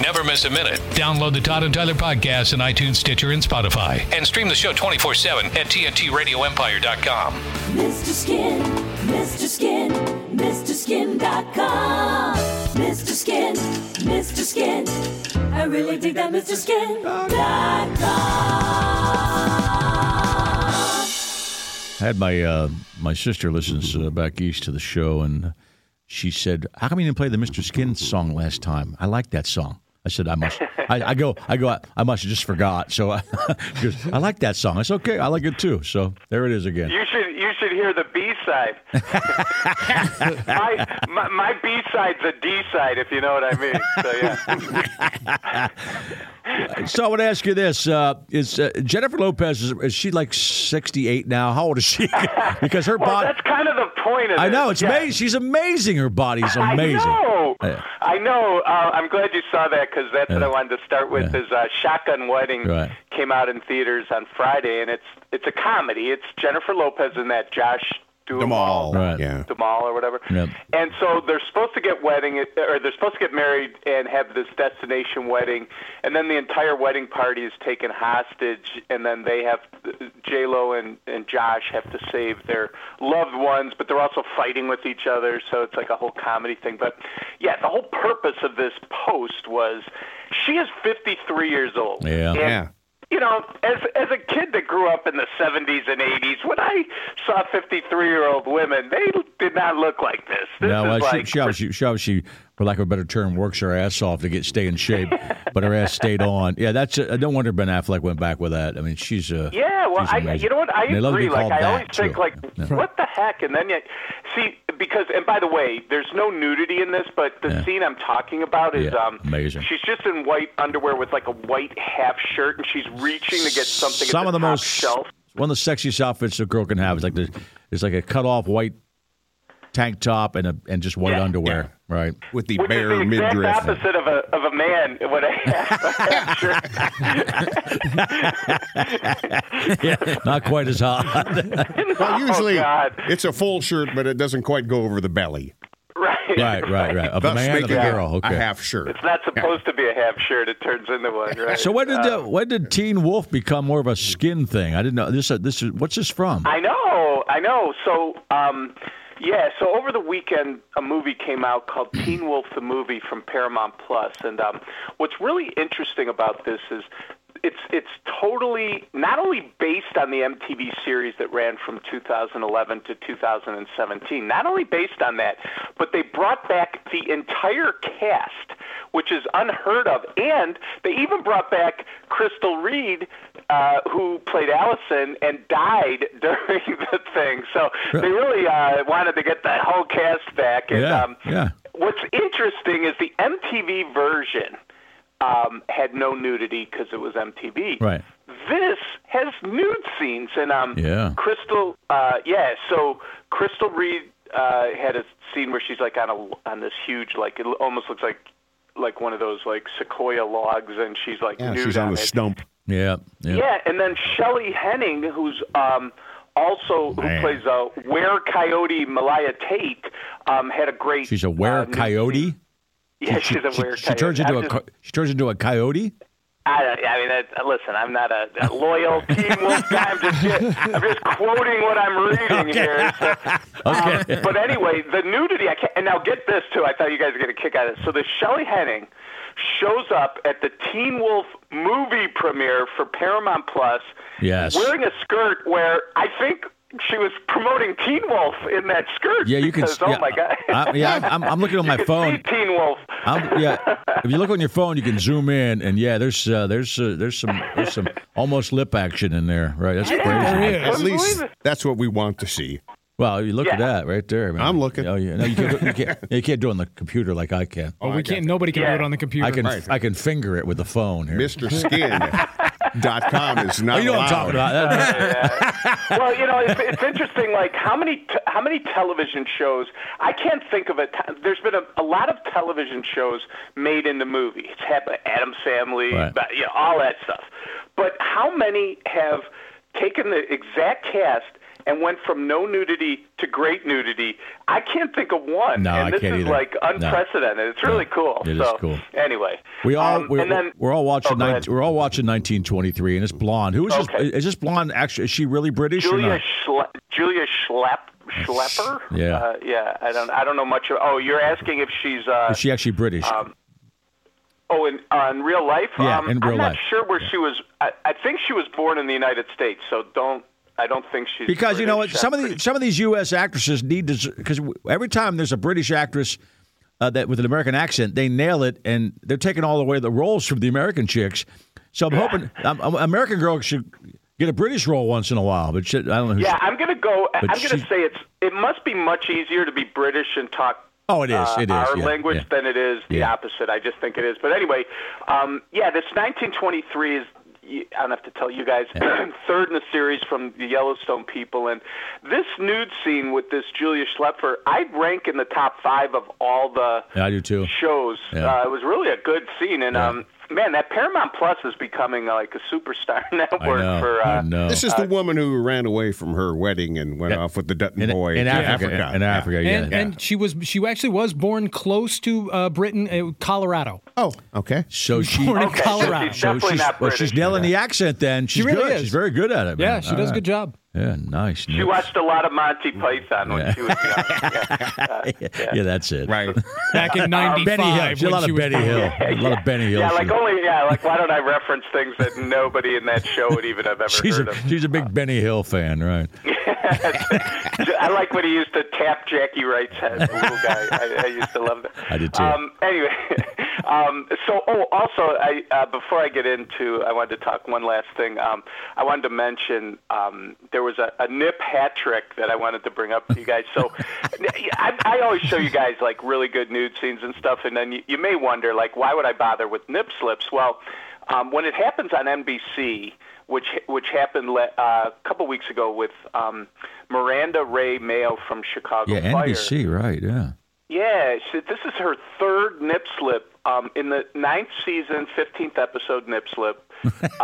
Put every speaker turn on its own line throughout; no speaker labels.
Never miss a minute.
Download the Todd and Tyler podcast on iTunes, Stitcher, and Spotify.
And stream the show 24 7 at TNTRadioEmpire.com.
Mr. Skin, Mr. Skin, MrSkin.com. Mr. Skin, Mr. Skin. I really dig that Mr. Skin.com.
I had my uh, my sister listens uh, back east to the show, and she said, "How come you didn't play the Mr. Skin song last time? I like that song." I said, "I must." I, I go, I go. I must have just forgot. So I, she goes, I like that song. It's okay. I like it too. So there it is again.
You should you should hear the B side. my my, my B side's a D side, if you know what I mean. So yeah,
So I would ask you this: uh, Is uh, Jennifer Lopez is, is she like sixty eight now? How old is she? because her
well,
body.
that's kind of the point of
I
it.
know it's
yeah.
amazing. She's amazing. Her body's amazing.
I know.
Yeah.
I know. Uh, I'm glad you saw that because that's what
Yeah.
I wanted to start with.
Yeah.
Is uh, Shotgun Wedding
Right.
came out in theaters on Friday, and it's it's a comedy. It's Jennifer Lopez and that Josh Duhamel,
Right.
Yeah.
Duhamel or whatever.
Yep.
And so they're supposed to get wedding, or they're supposed to get married and have this destination wedding, and then the entire wedding party is taken hostage, and then they have J Lo and and Josh have to save their loved ones, but they're also fighting with each other, so it's like a whole comedy thing. But yeah, the whole purpose of this post was she is 53 years old.
Yeah.
And
Yeah.
you know, as as a kid that grew up in the 70s and 80s, when I saw 53 year old women, they did not look like this. This
No,
is
uh, she,
like
she, obviously, she obviously, for lack of a better term, works her ass off to get stay in shape, but her ass stayed on. Yeah, that's. Uh, no wonder Ben Affleck went back with that. I mean, she's uh,
Yeah, well,
she's
I,
amazing.
you know what? I
And they love to be
agree. Like,
called
I
that,
always think,
too.
like,
Yeah.
what the heck? And then, you see, because, and by the way, there's no nudity in this, but the scene I'm talking about is,
Yeah,
um,
amazing.
She's just in white underwear with like a white half shirt, and she's reaching to get something.
Some
at
of
the
the
top
most
shelf.
one of the sexiest outfits a girl can have is like the, it's like a cut off white tank top and a and just white
Yeah.
underwear, right?
With the
Which
bare
is the exact
midriff.
opposite of a of a man. What I have. Sure.
yeah, not quite as hot.
Well, usually
Oh, God.
it's a full shirt, but it doesn't quite go over the belly.
right.
right, right, right. Of a
Thus
man and a
making it
girl. Okay.
a half shirt.
It's not supposed to be a half shirt. It turns into one. Right.
So when did
Uh,
the, when did Teen Wolf become more of a skin thing? I didn't know this. Uh, this is what's this from?
I know, I know. So, um, yeah. So over the weekend, a movie came out called Teen Wolf the Movie from Paramount Plus, and um, what's really interesting about this is. It's it's totally not only based on the MTV series that ran from 2011 to 2017. Not only based on that, but they brought back the entire cast, which is unheard of. And they even brought back Crystal Reed, uh, who played Allison and died during the thing. So they really uh, wanted to get that whole cast back. And,
yeah,
um,
yeah.
What's interesting is the MTV version um, had no nudity because it was MTV.
Right.
This has nude scenes and um.
Yeah.
Crystal. Uh, yeah. So Crystal Reed uh, had a scene where she's like on a on this huge like it almost looks like like one of those like sequoia logs and she's like
Yeah,
nude
she's on the
it.
stump.
Yeah, yeah.
Yeah, and then Shelley Henning, who's um, also who
Man.
plays uh, Where Coyote Malaya Tate, um, had a great.
She's a were
uh, new-
coyote.
Yeah, she's a
she,
were coyote.
she turns into a co- she turns into a coyote.
I, I mean, I, listen, I'm not a, a loyal Team Wolf guy. I'm just, I'm just quoting what I'm reading here. So, um, but anyway, the nudity. I can't, and now get this too. I thought you guys were going to kick out of it. So the Shelley Henning shows up at the Teen Wolf movie premiere for Paramount Plus.
Yes.
Wearing a skirt where I think she was promoting Teen Wolf in that skirt.
Yeah, you can.
because,
s-
Oh
yeah,
my God.
I, yeah, I'm, I'm looking on my
you
phone.
Can see Teen Wolf.
I'm, yeah, if you look on your phone, you can zoom in, and yeah, there's uh, there's uh, there's some there's some almost lip action in there, right? That's crazy.
At
Couldn't
least
believe it.
that's what we want to see.
Well, you look at
Yeah.
that right there. Man.
I'm looking.
Oh, yeah. No, you can't, do- you, can't, you can't do it on the computer like I can.
Well,
I
we
got
can't. Nobody can
Yeah.
do it on the computer.
I can
Right.
I can finger it with the phone here.
MrSkin.com is
Oh,
not
you know what I'm talking
allowed.
about? That- that-
well, you know, it's, it's interesting. Like how many t- how many television shows? I can't think of it. There's been a, a lot of television shows made into movies. Have Adam's Family,
Right.
but, you know, all that stuff. But how many have taken the exact cast? And went from no nudity to great nudity. I can't think of one.
No,
and
I
this
can't
is
either.
like
No.
unprecedented. It's really cool.
It is
so,
cool.
Anyway,
we all
um,
we're,
and then
we're all watching
oh, go
19
ahead.
we're all watching 1923, and it's blonde. Who is
Okay.
this? Is this blonde? Actually, is she really British or
Julia
not?
Schle- Julia Schlepp Schlepper.
Yeah.
uh, yeah. I don't. I don't know much. Of, oh, you're asking if she's. Uh,
Is she actually British?
oh, in, uh, in real life.
Yeah,
um,
in real
I'm not
life.
sure where she was. I, I think she was born in the United States, so don't. I don't think she's.
because you know what
British.
some of
I'm
these some of these U.S. actresses need to because every time there's a British actress uh, that with an American accent, they nail it and they're taking all away the roles from the American chicks. So I'm hoping um, um, American girl should get a British role once in a while, but shit, I don't know. Who
Yeah,
she,
I'm gonna go.
But
I'm gonna
she-
say it's. It must be much easier to be British and talk.
Oh, it is,
uh,
it is,
our
yeah,
language
yeah.
than it is the
Yeah.
opposite. I just think it is. But anyway, um, yeah, this 1923 is. you- I don't have to tell you guys. third in the series from the Yellowstone people, and this nude scene with this Julia Schlepper, I'd rank in the top five of all the
Yeah, I do too.
shows.
Yeah.
Uh, it was really a good scene, and um, man, that Paramount Plus is becoming uh, like a superstar network
I know.
for. Uh,
I know.
This is the woman who ran away from her wedding and went off with the Dutton
in,
boy
in
to
Africa, in
Yeah.
Africa, yeah.
And, and she was she actually was born close to uh, Britain, uh, Colorado.
Oh, okay.
so she,
born in
Okay, so
Colorado.
she's
so
definitely
she's,
not
well,
British.
she's nailing the accent. Then she's
really
good.
is.
She's very good at it.
Yeah,
man.
she
All
does a
right.
good job.
Yeah, nice.
She watched a lot of Monty Python when she was young. Yeah.
yeah, that's it.
Right.
Back in '95,
Benny Hill. She- A
when
lot
she
of
was
Benny
born.
Hill. A lot of Benny Hill.
Yeah,
she-
like only yeah, like why don't I reference things that nobody in that show would even have ever
She's
heard
a,
of?
she's a big Benny Hill fan, right?
I like when he used to tap Jackie Wright's head, the little guy. I, I used to love that.
I did too.
Um, anyway, um, so oh, also, I uh, before I get into, I wanted to talk one last thing. Um, I wanted to mention um, there was a, a nip hat trick that I wanted to bring up to you guys. So I, I always show you guys like really good nude scenes and stuff, and then you, you may wonder like why would I bother with nip slips? Well, um, when it happens on NBC. Which which happened le- uh, a couple weeks ago with um, Miranda Ray Mayo from Chicago
Yeah,
Fire.
NBC, right? Yeah.
Yeah, she, this is her third nip slip um, in the ninth season, fifteenth episode nip slip.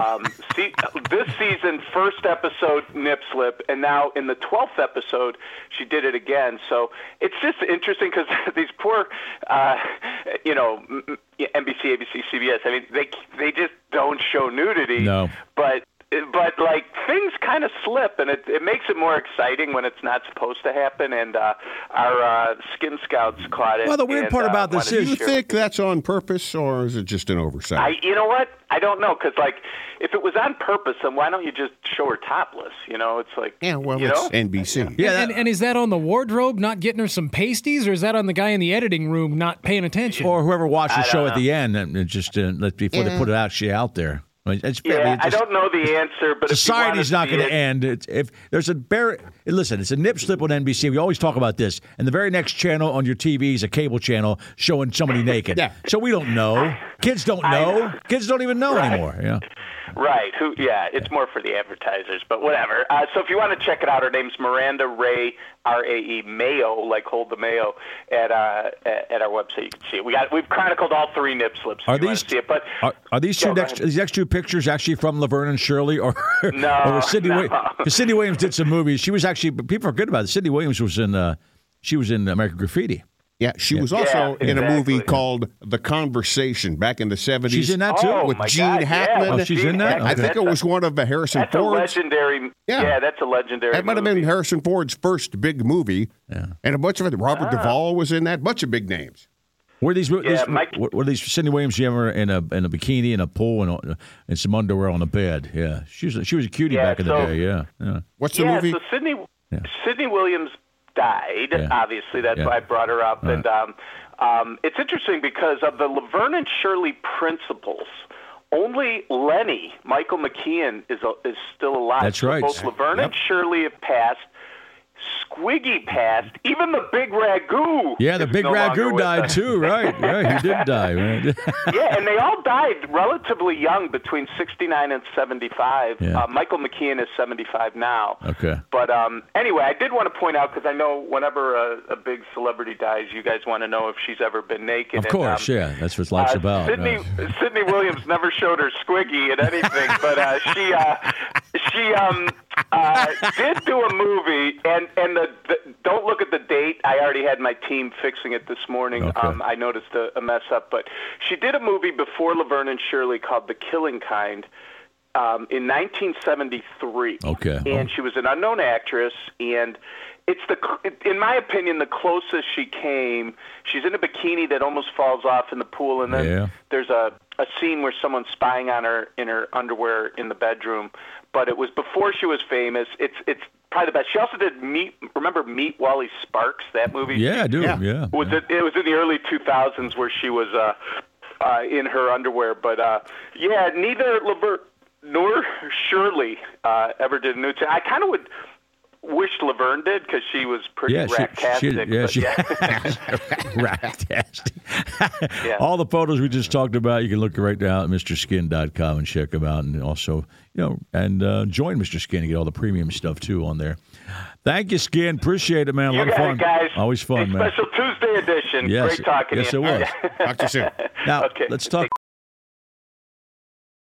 Um, see, this season, first episode nip slip, and now in the twelfth episode, she did it again. So it's just interesting because these poor, uh, you know, m- m- NBC, ABC, CBS. I mean, they they just don't show nudity.
No.
but but like things kind of slip, and it, it makes it more exciting when it's not supposed to happen. And uh, our uh, skin scouts caught it.
Well, the weird
and,
part
uh,
about this
wanted to
is-
Do you
share-
think that's on purpose or is it just an oversight?
I, you know what? I don't know because like if it was on purpose, then why don't you just show her topless? You know, it's like
yeah, well,
you
it's
know?
NBC.
Yeah,
and,
that-
and is that on the wardrobe not getting her some pasties, or is that on the guy in the editing room not paying attention?
Or whoever watched the show at the end and it just uh, let before they put it out, she out there. I mean, it's barely-
yeah,
it
I
just-
don't know the answer, but if you
Society's
wanna
not
see
going to
it-
end. It's, if there's a bar- listen, it's a nip slip on NBC. We always talk about this, and the very next channel on your TV is a cable channel showing somebody naked.
Yeah.
So we don't know. Kids don't know. Kids don't even know anymore. Yeah.
Right. Who? Yeah, it's more for the advertisers, but whatever. Uh, so if you want to check it out, her name's Miranda Ray R A E Mayo, like hold the Mayo, at uh, at at our website. You can see it. We got we've chronicled all three nip slips. if
Are
you want
these
to see it? But
are, are these two
Yeah, go
next
ahead.
these next two pictures actually from Laverne and Shirley or
No,
or Cindy
no.
Williams? Cindy Williams did some movies. She was actually but people forget about it. Cindy Williams was in uh, she was in American Graffiti.
Yeah, she was also
Yeah,
in a
exactly.
movie called The Conversation back in the 70s.
She's in that too.
oh
with
my
Gene
God,
Hackman.
Yeah, with
Oh, she's
Gene
in that?
Hackman.
I think
That's
it
a-
was one of the Harrison
That's a
Ford's.
legendary.
Yeah.
Yeah. that's a legendary.
That might have been
movie.
Harrison Ford's first big movie. Yeah. And a bunch of it. Robert Duvall was in that. Bunch of big names.
Were these, were,
Yeah,
these
Mike-
were, were these Cindy Williams you ever in a in a bikini in a pool and uh, and some underwear on a bed? Yeah, she was she was a cutie
Yeah,
back in the
so-
day. Yeah, yeah.
What's the
yeah,
movie?
so Sydney Sydney Williams died.
Yeah.
Obviously, that's
Yeah.
why I brought her up. And um, um, it's interesting because of the Laverne and Shirley principles. Only Lenny, Michael McKeon, is a, is still alive.
That's
So
right.
Both Laverne and
Yep.
Shirley have passed. Squiggy passed. Even the big ragu.
Yeah, the
is
big
no longer
ragu
with
died
us.
too, right? Yeah, he did die. Right?
yeah, and they all died relatively young, between 69 and 75.
Yeah.
Uh, Michael McKeon is 75 now.
Okay.
But um, anyway, I did want to point out because I know whenever a, a big celebrity dies, you guys want to know if she's ever been naked.
Of
And,
course,
um,
yeah. That's what life's
uh,
about.
Sydney,
right?
Sydney Williams never showed her squiggy in anything, but uh, she uh, she um, uh, did do a movie, and and the, the don't look at the date. I already had my team fixing it this morning.
Okay.
Um, I noticed a, a mess up, but she did a movie before Laverne and Shirley called The Killing Kind. Um, in 1973,
Okay.
and she was an unknown actress, and it's the, in my opinion, the closest she came. She's in a bikini that almost falls off in the pool, and then
Yeah.
there's a a scene where someone's spying on her in her underwear in the bedroom. But it was before she was famous. It's it's probably the best. She also did meet. Remember Meet Wally Sparks? That movie.
Yeah, I do. Yeah.
Yeah.
Was it? It was in the early 2000s where she was uh, uh, in her underwear. But uh, yeah, neither Laverne nor Shirley uh, ever did a nude. scene. I kind of would wish Laverne did because she was pretty
Yeah,
racktastic.
she, she, yeah,
but
she,
yeah.
racktastic.
Yeah.
All the photos we just talked about, you can look right now at MrSkin.com and check them out, and also, you know, and uh, join Mr. Skin to get all the premium stuff too on there. Thank you, Skin. Appreciate it, man. A
You
lot of
got
fun.
it, guys.
Always
a
fun, man.
Special Tuesday edition.
Yes,
Great talking
yes,
to you.
it was.
Talk to you soon.
Now,
Okay.
let's talk.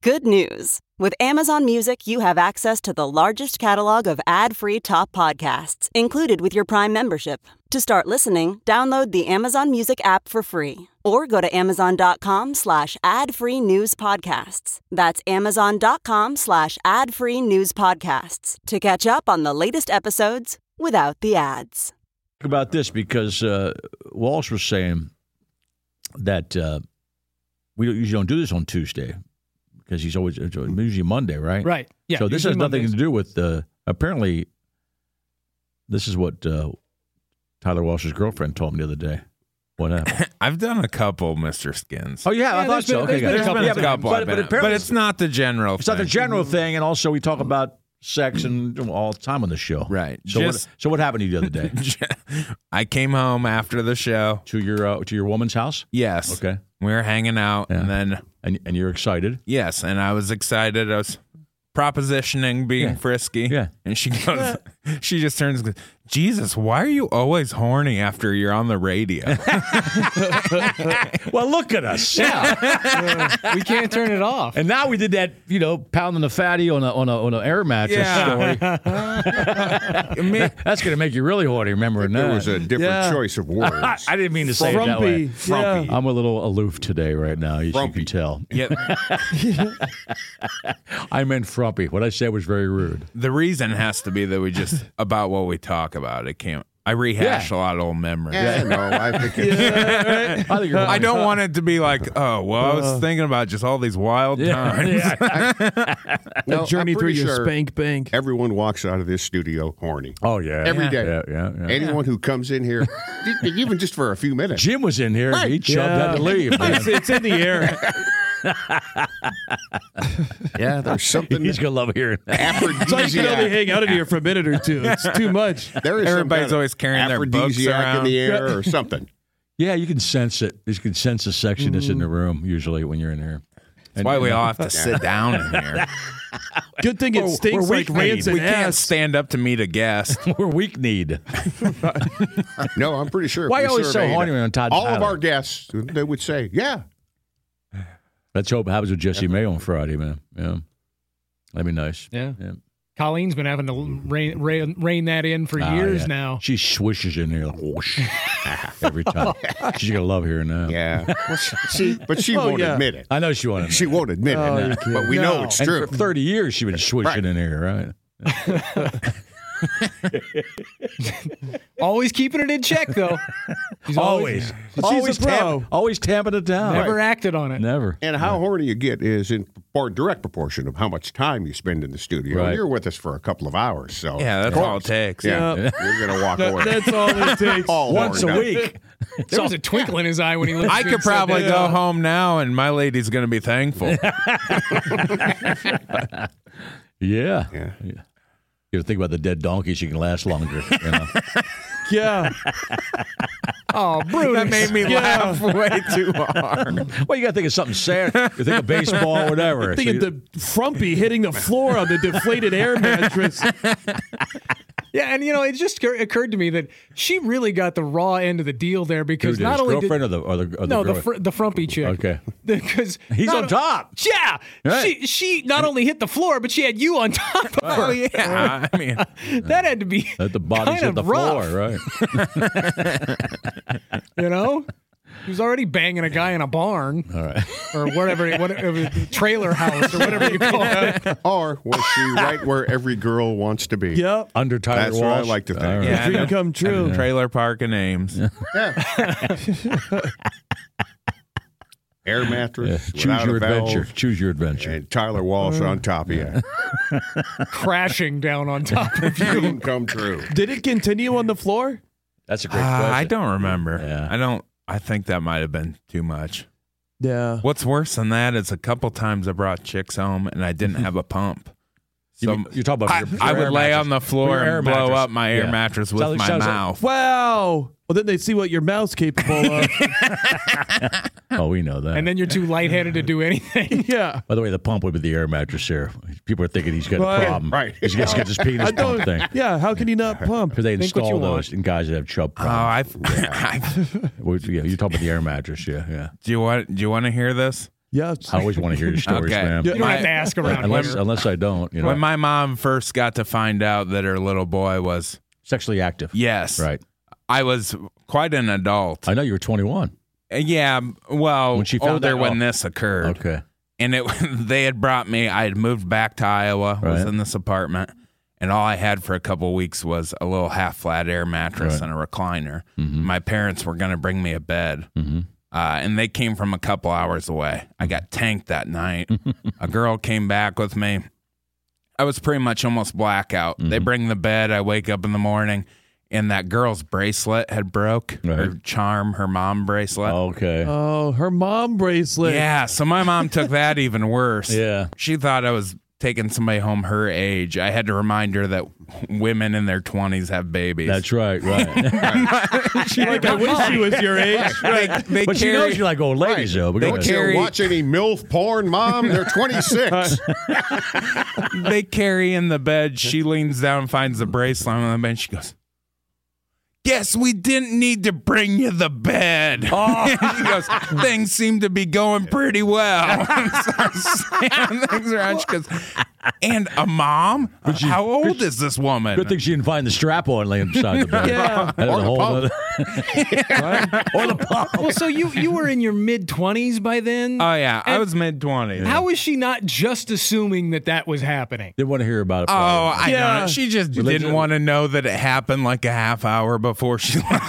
Good news! With Amazon Music, you have access to the largest catalog of ad free top podcasts included with your Prime membership. To start listening, download the Amazon Music app for free or go to amazon.com slash ad free news podcasts. That's amazon.com slash ad free news podcasts to catch up on the latest episodes without the ads.
talk about this because uh, Walsh was saying that uh, we don't, usually don't do this on Tuesday because he's always it's usually Monday, right?
Right. Yeah.
so this
usually
has nothing
Mondays.
to do with uh, apparently. This is what uh, Tyler Walsh's girlfriend told me the other day. What happened?
I've done a couple Mr. Skins.
oh yeah,
Yeah,
I thought
there's
so.
been-
okay,
there's been a
good.
There's
couple
been a
times.
couple.
But,
I've
but
been-
apparently,
it's not the general.
it's not the
thing.
general thing, and also we talk about sex and all the time on the show.
Right.
So
Just-
what? So what happened to you the other day?
I came home after the show.
to your uh, to your woman's house,
Yes.
Okay.
We were hanging out,
Yeah.
and then
and and you're excited.
yes, and I was excited. I was propositioning being
Yeah.
frisky.
Yeah.
And she goes, she just turns, and goes, Jesus, why are you always horny after you're on the radio?
Well, look at us.
we can't turn it off.
And now we did that, you know, pounding the fatty on a on a on an air mattress
Yeah.
story.
Me-
That's going to make you really horny remembering that.
There was a different
Yeah.
choice of words.
I, I didn't mean to say it that way.
Frumpy.
I'm a little aloof today right now, as you can
Frumpy.
tell.
yeah.
I meant frumpy. What I said was very rude.
The reason has to be that we just about what we talk about. It can't. I rehash
Yeah.
a lot of old memories.
Yeah, no, I think it's
I think you're
I
right.
don't want it to be like, oh, well, I
Uh.
was thinking about just all these wild times.
no,
Journey through
I'm pretty
your
sure
spank bank.
Everyone walks out of this studio horny.
Oh yeah,
Every
yeah.
day.
Yeah, yeah, yeah.
Anyone who comes in here, e- even just for a few minutes.
Jim was in here. He chubbed had to leave. man.
It's, it's in the air.
Yeah, there's something.
He's gonna love hearing that.
It's like you can only
aphrodisiac.
hang out in here for a minute or two. It's too much.
There is some
Everybody's
kind of
always carrying their books
aphrodisiac
around.
in the air or something.
Yeah, you can sense it. You can sense the sexiness in the room usually when you're in here.
That's why we all have to sit down in here.
Good thing it
We're-
stinks
we're
like
weak-kneed.
rancid
We can't
ass.
stand up to meet a guest.
We're weak kneed.
No, I'm pretty sure. if
Why
we
are you always so
surveyed
horny on Todd
All of
Tyler?
our guests, they would say, "Yeah,
Let's hope it happens with Jesse May on Friday, man. Yeah. That'd be nice.
Yeah. Colleen's been having to rein, rein, rein that in for
Oh,
years now.
She swishes in here like whoosh every time. She's gonna love hearing that.
Yeah, she, but she
Oh,
won't
yeah. Oh,
admit it.
I know she won't. Admit
She won't admit
it,
it, but we know it's true.
And for Thirty years she been swishing in here, right?
Always keeping it in check, though. She's
always,
she's
always,
a pro.
tamping, always tamping it down.
Never acted on it.
Never.
And how horny you get is in part direct proportion of how much time you spend in the studio.
Right.
You're with us for a couple of hours, so
Yeah, that's
Of
all it
course.
takes.
Yeah,
Yeah.
you're gonna walk
That-
away.
that's all it takes.
All
Once
horned
a
up.
week.
There was a twinkle in his eye when he looked.
I could probably go home now, and my lady's going to be thankful.
Yeah. yeah. You ever think about the dead donkey? She can last longer. You know?
Yeah.
Oh, Brutus.
That made me laugh way too hard.
well, you got to think of something sad. You think of baseball, whatever.
I'm
So
thinking
you-
the frumpy hitting the floor on the deflated air mattress.
Yeah, and you know, it just occur- occurred to me that she really got the raw end of the deal there
Who
because
did,
not
his
only did
girlfriend or the or the, or the
no the
girl-
fr- the frumpy chick.
okay.
Because
He's
not
on
o-
top.
Yeah,
Right.
she she not only hit the floor, but she had you on top of her.
Oh yeah, I mean,
That had to be
That the body's
kind
hit
of
the
rough.
floor, right?
You know, he was already banging a guy in a barn
All right.
or whatever, whatever trailer house or whatever you call it.
Or was she right where every girl wants to be?
Yep.
Under Tyler
That's what I
Walsh.
like to think.
All right.
yeah,
Dream
no-
come true.
trailer park and Ames.
Air mattress,
Choose
without
your
a valve,
adventure. Uh, Choose your adventure.
and Tyler Walsh on top of you.
crashing down on top of
Dream come true.
Did it continue on the floor?
That's a great
Uh,
question.
I don't remember.
Yeah.
I don't. I think that might have been too much.
Yeah.
What's worse than that is a couple times I brought chicks home and I didn't have a pump.
You mean- you're talking about
I,
your- your
I would
air
lay
mattress.
on the floor
Your air
and blow
mattress.
up my air
Yeah.
mattress with
Sounds-
my
sounds like-
mouth.
Wow. Well, then they see what your mouth's capable of.
Oh, we know that.
And then you're too lightheaded to do anything.
yeah.
By the way, the pump would be the air mattress here. People are thinking he's got
Right,
a problem.
right.
He's got, he's got this penis
I
pump
don't.
thing.
Yeah. How can you not pump?
Because they
Think what you
install
want.
those in guys that have chub
Oh,
problems.
I. I-
Well, yeah, you're talking about the air mattress. Yeah, yeah.
do you want? Do you want to hear this?
Yes.
I always want to hear your stories,
Okay.
man.
Yeah.
You don't
My-
have to ask around.
Unless, uh,
here.
unless I don't, you know,
When my mom first got to find out that her little boy was
sexually active.
yes,
Right.
I was quite an adult. Uh,
I know you were 21.
Yeah, well,
When she found
older
out-
when
oh.
this occurred.
Okay.
and it they had brought me. I had moved back to Iowa, was
Right.
in this apartment, and all I had for a couple weeks was a little half flat air mattress
Right.
and a recliner.
Mhm.
My parents were going to bring me a bed,
Mm-hmm.
uh, and they came from a couple hours away. I got tanked that night. a girl came back with me. I was pretty much almost blackout.
Mm-hmm.
They bring the bed. I wake up in the morning, and that girl's bracelet had broke. Her
Right.
charm, her mom bracelet.
Okay.
Oh, her mom bracelet.
Yeah, so my mom took that even worse.
Yeah.
She thought I was taking somebody home her age. I had to remind her that women in their 20s have babies.
That's right. Right.
She like, I wish she was your age.
right. They,
but she
carry,
knows you like old ladies, though. But go
Don't
ahead.
you
Carrie-
watch any MILF porn, Mom? They're 26.
they carry in the bed. She leans down, finds the bracelet on the bed. She goes, Guess we didn't need to bring you the bed.
Oh.
she goes, Things seem to be going pretty well. so I'm standing there, and she goes, And a mom? How old is this woman?
Good thing she didn't find the strap on laying beside the bed.
Yeah.
That is
Or
a
the
whole
pump.
other. or the pump.
well, so you you were in your mid twenties by then.
Oh yeah, I
And
was mid twenties.
How was she not just assuming that that was happening?
Didn't want to hear about it.
Oh,
probably.
I
Yeah.
don't know. She just
Religion.
didn't want to know that it happened like a half hour before she left.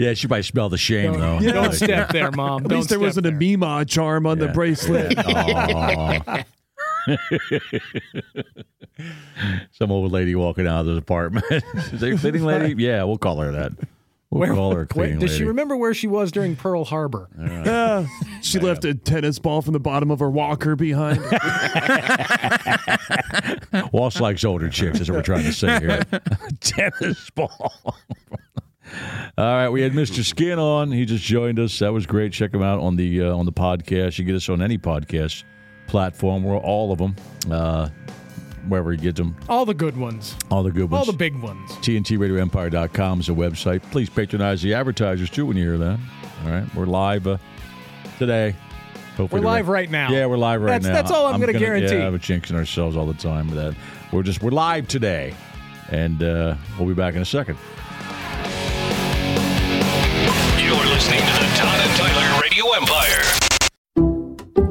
yeah, she probably smelled the shame, though.
Don't step there, mom.
At
Don't
least there
step
wasn't a Mima charm on the bracelet.
Aw. Some old lady walking out of the apartment. Is there a cleaning lady? Yeah, we'll call her that. We'll
Where-
call her a
Wait,
cleaning
does
lady.
she remember where she was during Pearl Harbor?
Yeah. She left a tennis ball from the bottom of her walker behind.
Walsh likes older chicks, is what we're trying to say here. Tennis ball. All right, we had Mr. Skin on. He just joined us. That was great. Check him out on the uh, on the podcast. You can get us on any podcast platform. We're all of them, uh, wherever you get them.
All the good ones,
All the good ones.
all the big ones.
TNTRadioEmpire.com is a website. Please patronize the advertisers too when you hear that. All right, we're live uh, today Hopefully
We're
they're
live right now.
Yeah, we're live right
That's-
now.
that's all I'm gonna guarantee.
Yeah, we're jinxing ourselves all the time. with That we're just we're live today, and uh, we'll be back in a second.
You're listening to the Todd and Tyler Radio Empire.